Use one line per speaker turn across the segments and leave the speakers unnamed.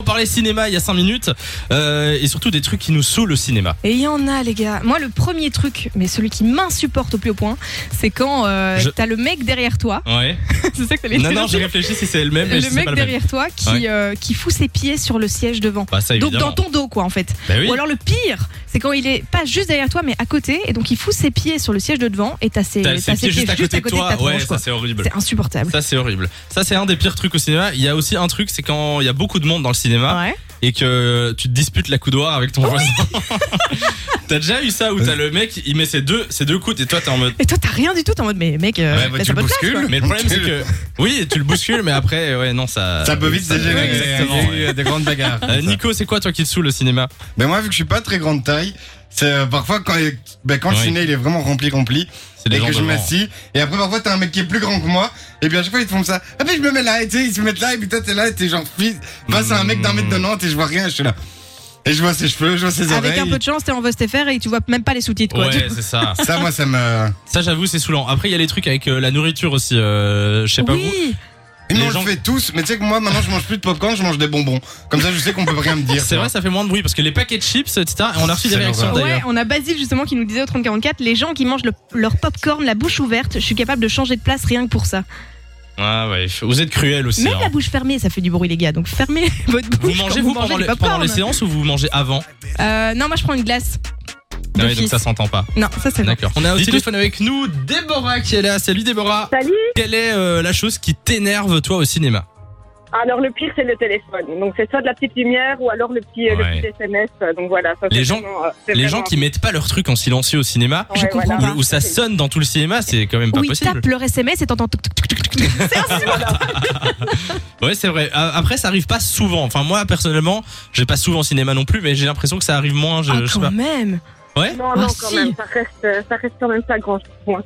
On parlait cinéma il y a 5 minutes euh, et surtout des trucs qui nous saoulent au cinéma.
Et il y en a, les gars. Moi, le premier truc, mais celui qui m'insupporte au plus haut point, c'est quand euh,
Je-
t'as le mec derrière toi.
Ouais.
c'est ça que t'allais
Non,
dire.
non, j'ai réfléchi si c'est le même, mais
Le
c'est
mec
pas le même.
derrière toi qui,
Ouais.
euh, qui fout ses pieds sur le siège devant.
Bah, ça,
Donc
évidemment.
dans ton dos, quoi, en fait.
Bah oui.
Ou alors le pire, c'est quand il est pas juste derrière toi, mais à côté, et donc il fout ses pieds sur le siège de devant, et t'as ses,
T'as ses pieds juste à côté de
ta
toi. Ouais,
tronche, quoi.
ça, c'est horrible.
C'est insupportable.
Ça, c'est horrible. Ça, c'est un des pires trucs au cinéma. Il y a aussi un truc, c'est quand il y a beaucoup de monde dans le cinéma
Ouais.
et que tu te disputes la coudoir avec ton voisin. t'as déjà eu ça où t'as le mec, il met ses deux, ses deux coudes et toi, t'es en mode.
Et toi, t'as rien du tout, t'es en mode, mais mec, euh,
Ouais, bah,
t'as
tu
pas
le
de place, quoi.
Mais le problème, c'est que. Oui, tu le bouscules, mais après, ouais, non, ça.
Ça peut vite dégénérer.
ouais, exactement,
Il y a eu,
ouais.
euh, des grandes bagarres.
Euh, Nico, c'est quoi toi qui te saoule au cinéma
Mais moi, vu que je suis pas très grande taille, c'est euh, parfois quand, il- ben, quand le
Oui.
ciné il est vraiment rempli, rempli,
C'est les
et
gens
que je
devant.
m'assis, et après parfois t'as un mec qui est plus grand que moi, et bien à chaque fois ils te font ça. Ah ben je me mets là, et tu sais, ils se mettent là, et puis toi t'es là, et t'es genre fils. Face à un mec d'un mètre de Nantes, et je vois rien, je suis là. Et je vois ses cheveux, je vois ses
Avec
oreilles.
un peu de chance, t'es en VostFR et tu vois même pas les sous-titres, quoi.
Ouais, c'est ça.
Ça, moi, ça me.
Ça, j'avoue, c'est saoulant. Après, il y a les trucs avec euh, la nourriture aussi. euh, je sais pas vous.
oui,
Ils
Les
mangent
gens-
fait tous, mais tu sais que moi maintenant je mange plus de popcorn, je mange des bonbons. Comme ça, je sais qu'on peut rien me dire.
C'est vrai, ça fait moins de bruit parce que les paquets de chips, etc. On a reçu des
C'est
réactions
l'horreur.
Ouais,
d'ailleurs.
on a Basile justement qui nous disait au 3044 les gens qui mangent le- leur popcorn la bouche ouverte, je suis capable de changer de place rien que pour ça.
Ah ouais, vous êtes cruel aussi.
Même
hein.
la bouche fermée, ça fait du bruit les gars, donc fermez votre bouche.
Vous
quand
mangez vous
mangez
pendant,
du
les, pendant
popcorn.
les séances ou vous mangez avant
Euh, Non, moi je prends une glace.
Ah ouais, donc
D'office.
ça s'entend pas.
Non, ça c'est bon.
D'accord. On a au téléphone avec nous Déborah qui est là. Salut Déborah.
Salut
Quelle est euh, la chose qui t'énerve toi au cinéma
Alors le pire c'est le téléphone. Donc c'est soit de la petite lumière ou alors le petit, euh, le
Ouais.
petit SMS. Donc voilà. Ça,
Les
c'est
gens-
vraiment, euh, c'est
Les
vraiment-
gens qui mettent pas leur truc en silencieux au cinéma
Je
Ouais,
comprends
ou,
voilà.
ou ça sonne dans tout le cinéma, c'est quand même pas
Ou ils
possible.
tapent leur SMS et t'entends. tuc, tuc, tuc, tuc, tuc. C'est insupportable.
Ouais, c'est vrai. A- Après, ça arrive pas souvent. Enfin, moi, personnellement, j'ai pas souvent au cinéma non plus, mais j'ai l'impression que ça arrive moins. Je,
Ah,
je sais
quand
pas.
même.
Non, non,
Ah,
quand
si.
même. Ça reste, euh, ça reste quand même flagrant, je trouve.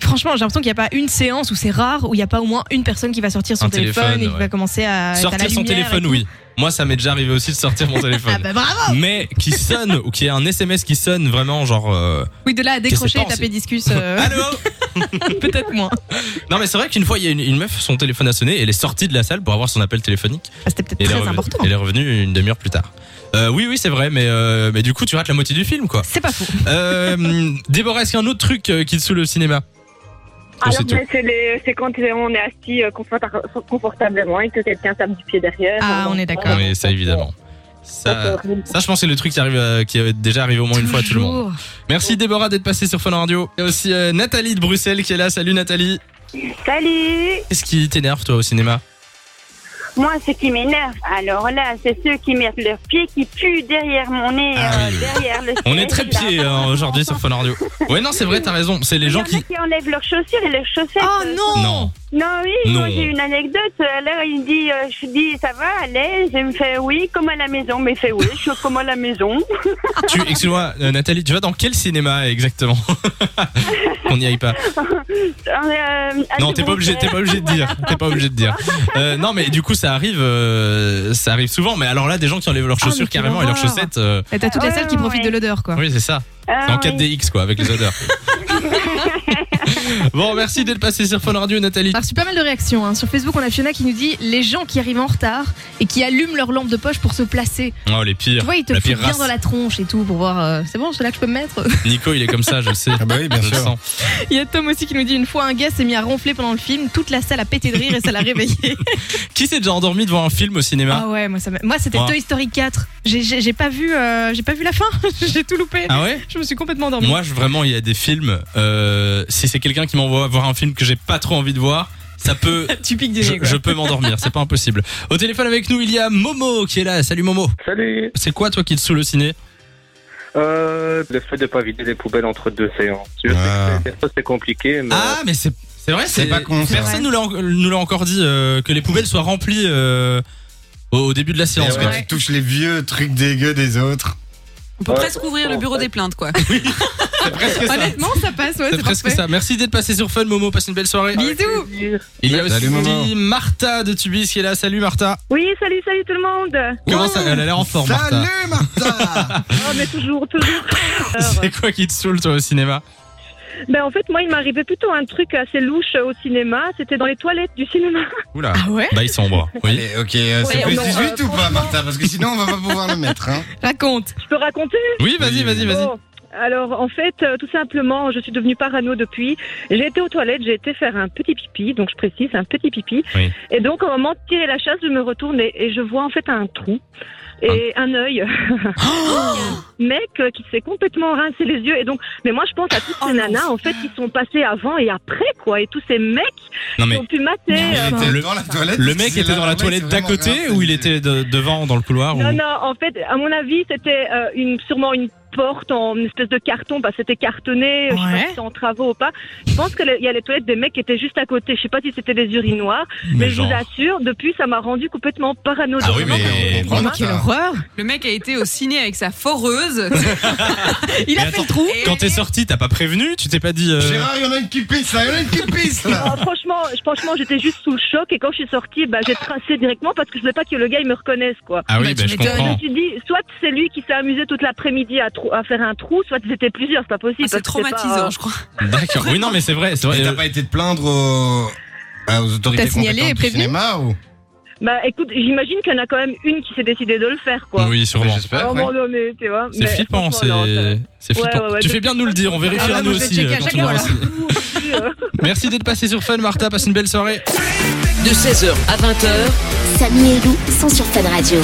Franchement, j'ai l'impression qu'il n'y a pas une séance où c'est rare où il n'y a pas au moins une personne qui va sortir son
Un
téléphone,
téléphone,
et qui
ouais.
va commencer à. éteindre la
Sortir son
lumière et
téléphone,
tout.
oui. Moi, ça m'est déjà arrivé aussi de sortir mon téléphone.
Ah bah bravo
Mais qui sonne ou qui ait un SMS qui sonne vraiment genre euh,
Oui, de là à décrocher
pas,
et taper
c'est-
discus, euh,
allô
peut-être moins.
non mais c'est vrai qu'une fois il y a une, une meuf son téléphone a sonné elle est sortie de la salle pour avoir son appel téléphonique
Ah, C'était
et
peut-être
elle, est
très
revenue,
important.
elle est revenue une demi-heure plus tard euh, oui oui c'est vrai mais euh, mais du coup tu rates la moitié du film quoi
C'est pas faux.
euh, Déborah est-ce qu'il y a un autre truc euh, qui te saoule au cinéma Oh,
Alors
c'est tout.
mais c'est les- c'est quand on est assis euh, conforta- confortablement et que quelqu'un tape du pied derrière.
Ah,
Donc,
on est d'accord.
Ah oui, ça évidemment.
Ça, c'est
Ça,
horrible.
ça je pense que c'est le truc qui arrive, euh, qui est déjà arrivé au moins une fois à tout le monde.
Toujours.
Merci Déborah d'être passée sur Fun Radio. Il y a aussi euh, Nathalie de Bruxelles qui est là. Salut Nathalie.
Salut
Qu'est-ce qui t'énerve toi au cinéma
Moi, ce qui m'énerve, alors là, c'est ceux qui mettent leurs pieds qui puent derrière mon nez,
Ah
euh,
oui.
derrière le
On est
siège,
très
là.
pieds euh, aujourd'hui sur Fun Radio. Ouais non c'est vrai, t'as raison. C'est les
Il y en
gens
a
qui...
enlèvent leurs chaussures et leurs chaussettes.
Oh non
Non.
Non, oui,
Non.
moi j'ai une anecdote. Alors il dit, euh, je dis, ça va, allez Je me fais oui, comme à la maison. Mais il fait oui, je suis comme à la maison.
Tu, excuse-moi euh, Nathalie, tu vas dans quel cinéma exactement Qu'on n'y aille pas.
Euh,
Ah,
Non, t'es pas obligé, t'es pas obligé de dire. T'es pas obligé de dire. Euh, non, mais du coup, ça arrive, euh, ça arrive souvent. Mais alors là, des gens qui enlèvent leurs
Ah, mais
chaussures
quelle
carrément et leurs
horreur.
chaussettes. euh,
Et t'as toute la salle qui
Ouais,
profite
ouais.
de l'odeur, quoi.
oui, c'est ça.
Ah,
C'est en
euh,
4DX quoi, avec les odeurs. bon, merci d'être passé sur Fun Radio, Nathalie.
On a reçu pas mal de réactions. hein. Sur Facebook, on a Fiona qui nous dit les gens qui arrivent en retard et qui allument leur lampe de poche pour se placer.
Oh, les
Tu
pires.
vois, ils te
La
foutent
pire
bien
race.
dans la tronche et tout pour voir. euh, c'est bon, c'est là que je peux me mettre.
Nico, il est comme ça, je le sais.
Ah bah oui, bien
Je le
sûr.
sens.
Il y a Tom aussi qui nous dit une fois un gars s'est mis à ronfler pendant le film, toute la salle a pété de rire et ça l'a réveillé.
Qui s'est déjà endormi devant un film au cinéma
ah ouais, moi ça m'a- moi c'était
Ah.
Toy Story 4. J'ai- J'ai j'ai pas vu, euh, j'ai pas vu la fin. J'ai tout loupé.
Ah ouais
Je me suis complètement endormie.
Moi, je, vraiment, il y a des films. euh, si c'est quelqu'un qui m'envoie voir un film que j'ai pas trop envie de voir, ça peut.
tu piques du
Je,
nez. quoi.
je peux m'endormir, c'est pas impossible. Au téléphone avec nous, il y a Momo qui est là. Salut Momo.
Salut
C'est quoi toi qui te saoule au ciné
euh, Le fait de pas vider les poubelles entre deux séances. Je sais
Ah.
que c'est- c'est compliqué, mais
Ah, mais c'est c'est vrai,
Bah, C'est pas con. ça.
Personne nous l'a en- nous l'a encore dit euh, que les poubelles soient remplies euh, au- au début de la
Et
séance. quoi.
après, tu touches les vieux trucs dégueux des autres.
On peut
Ouais,
presque ouvrir le bureau des plaintes, quoi.
Honnêtement, ça passe. Ouais,
C'est
c'est
presque
parfait.
ça. Merci d'être passé sur Fun, Momo. Passe une belle soirée.
Bisous.
Il y a aussi
Salut, Momo.
Martha de Tubis qui est là. Salut Martha.
Oui, salut, salut tout le monde.
Comment ça Elle a l'air en forme, Martha.
Salut Martha
Oh, mais toujours, toujours.
C'est quoi qui te saoule toi au cinéma
Ben, en fait, moi, il m'arrivait plutôt un truc assez louche au cinéma. C'était dans les toilettes du cinéma.
Oula.
Ah ouais
Bah, il sombre. Oui.
Allez, ok, euh, c'est
Ouais,
plus
non, euh,
18 ou pas,
franchement-
Martha Parce que sinon, on va pas pouvoir le mettre. Hein.
Raconte.
Je peux raconter
Oui, vas-y, vas-y, vas-y.
Bon. Alors, en fait, euh, tout simplement, je suis devenue parano depuis. J'ai été aux toilettes, j'ai été faire un petit pipi, donc je précise, un petit pipi.
Oui.
Et donc, au moment de tirer la chasse, je me retourne et, et je vois en fait un trou et un œil. un mec euh, qui s'est complètement rincé les yeux. Et donc, mais moi, je pense à toutes
Oh
ces nanas, en fait, qui sont passées avant et après, quoi. Et tous ces mecs
Non,
qui
mais
ont pu mater.
Il
euh,
était
Le-
dans la toilette.
le mec
c'est
était
là,
dans la
ouais,
toilette
c'est
d'à
vraiment
côté
grave,
ou il
c'est-
était de- devant dans le couloir ou...
Non, non, en fait, à mon avis, c'était euh, une, sûrement une porte en une espèce de carton, parce que c'était cartonné, je sais pas
Ouais.
si c'était en travaux ou pas. Je pense qu'il y a les toilettes des mecs qui étaient juste à côté, je sais pas si c'était des urinoirs, mais, je
genre.
vous assure, depuis, ça m'a rendu complètement parano.
Ah oui,
Vraiment,
mais-
quand on
Voilà.
mais Oh, quelle horreur.
Le mec a été au ciné avec sa foreuse.
Il a
Mais
fait le
attends,
trou.
Quand t'es sorti, t'as pas prévenu Tu t'es pas dit. euh,
Gérard, il y en a une qui pisse là, il y en a une qui pisse
comprend-
là
Ah, franchement, je- franchement, j'étais juste sous le choc et quand je suis sortie, bah, j'ai tracé directement parce que je voulais pas que le gars il me reconnaisse quoi.
Ah oui, bah,
Bah, tu
je
m'étonnes.
Je me
comprends.
suis dit, soit c'est lui qui s'est amusé toute l'après-midi à, trou- à faire un trou, soit ils étaient plusieurs, c'est pas possible.
Ah, c'est
parce que pas,
traumatisant,
euh,
je crois.
D'accord. Oui, non, mais c'est vrai. c'est vrai. euh,
Et t'as pas été te plaindre aux, bah, aux autorités
T'as signalé
compétentes
et
du
prévenu
cinéma ou
Bah écoute, j'imagine qu'il y en a quand même une qui s'est décidée de le faire quoi.
Oui, sûrement.
J'espère.
Oh,
À un
ouais.
moment donné, tu vois.
C'est
Mais
flippant, c'est
franchement, non, ça-
c'est
Ouais,
flippant.
ouais, ouais,
tu fais bien de nous le dire, on vérifiera
Ah,
nous
moi, je
aussi
check à
euh, quand
chaque
on aura
fois.
ici.
euh.
Merci d'être passé sur Fun Martha, passe une belle soirée.
De 16h à 20h,
Samy et Lou sont sur Fun Radio.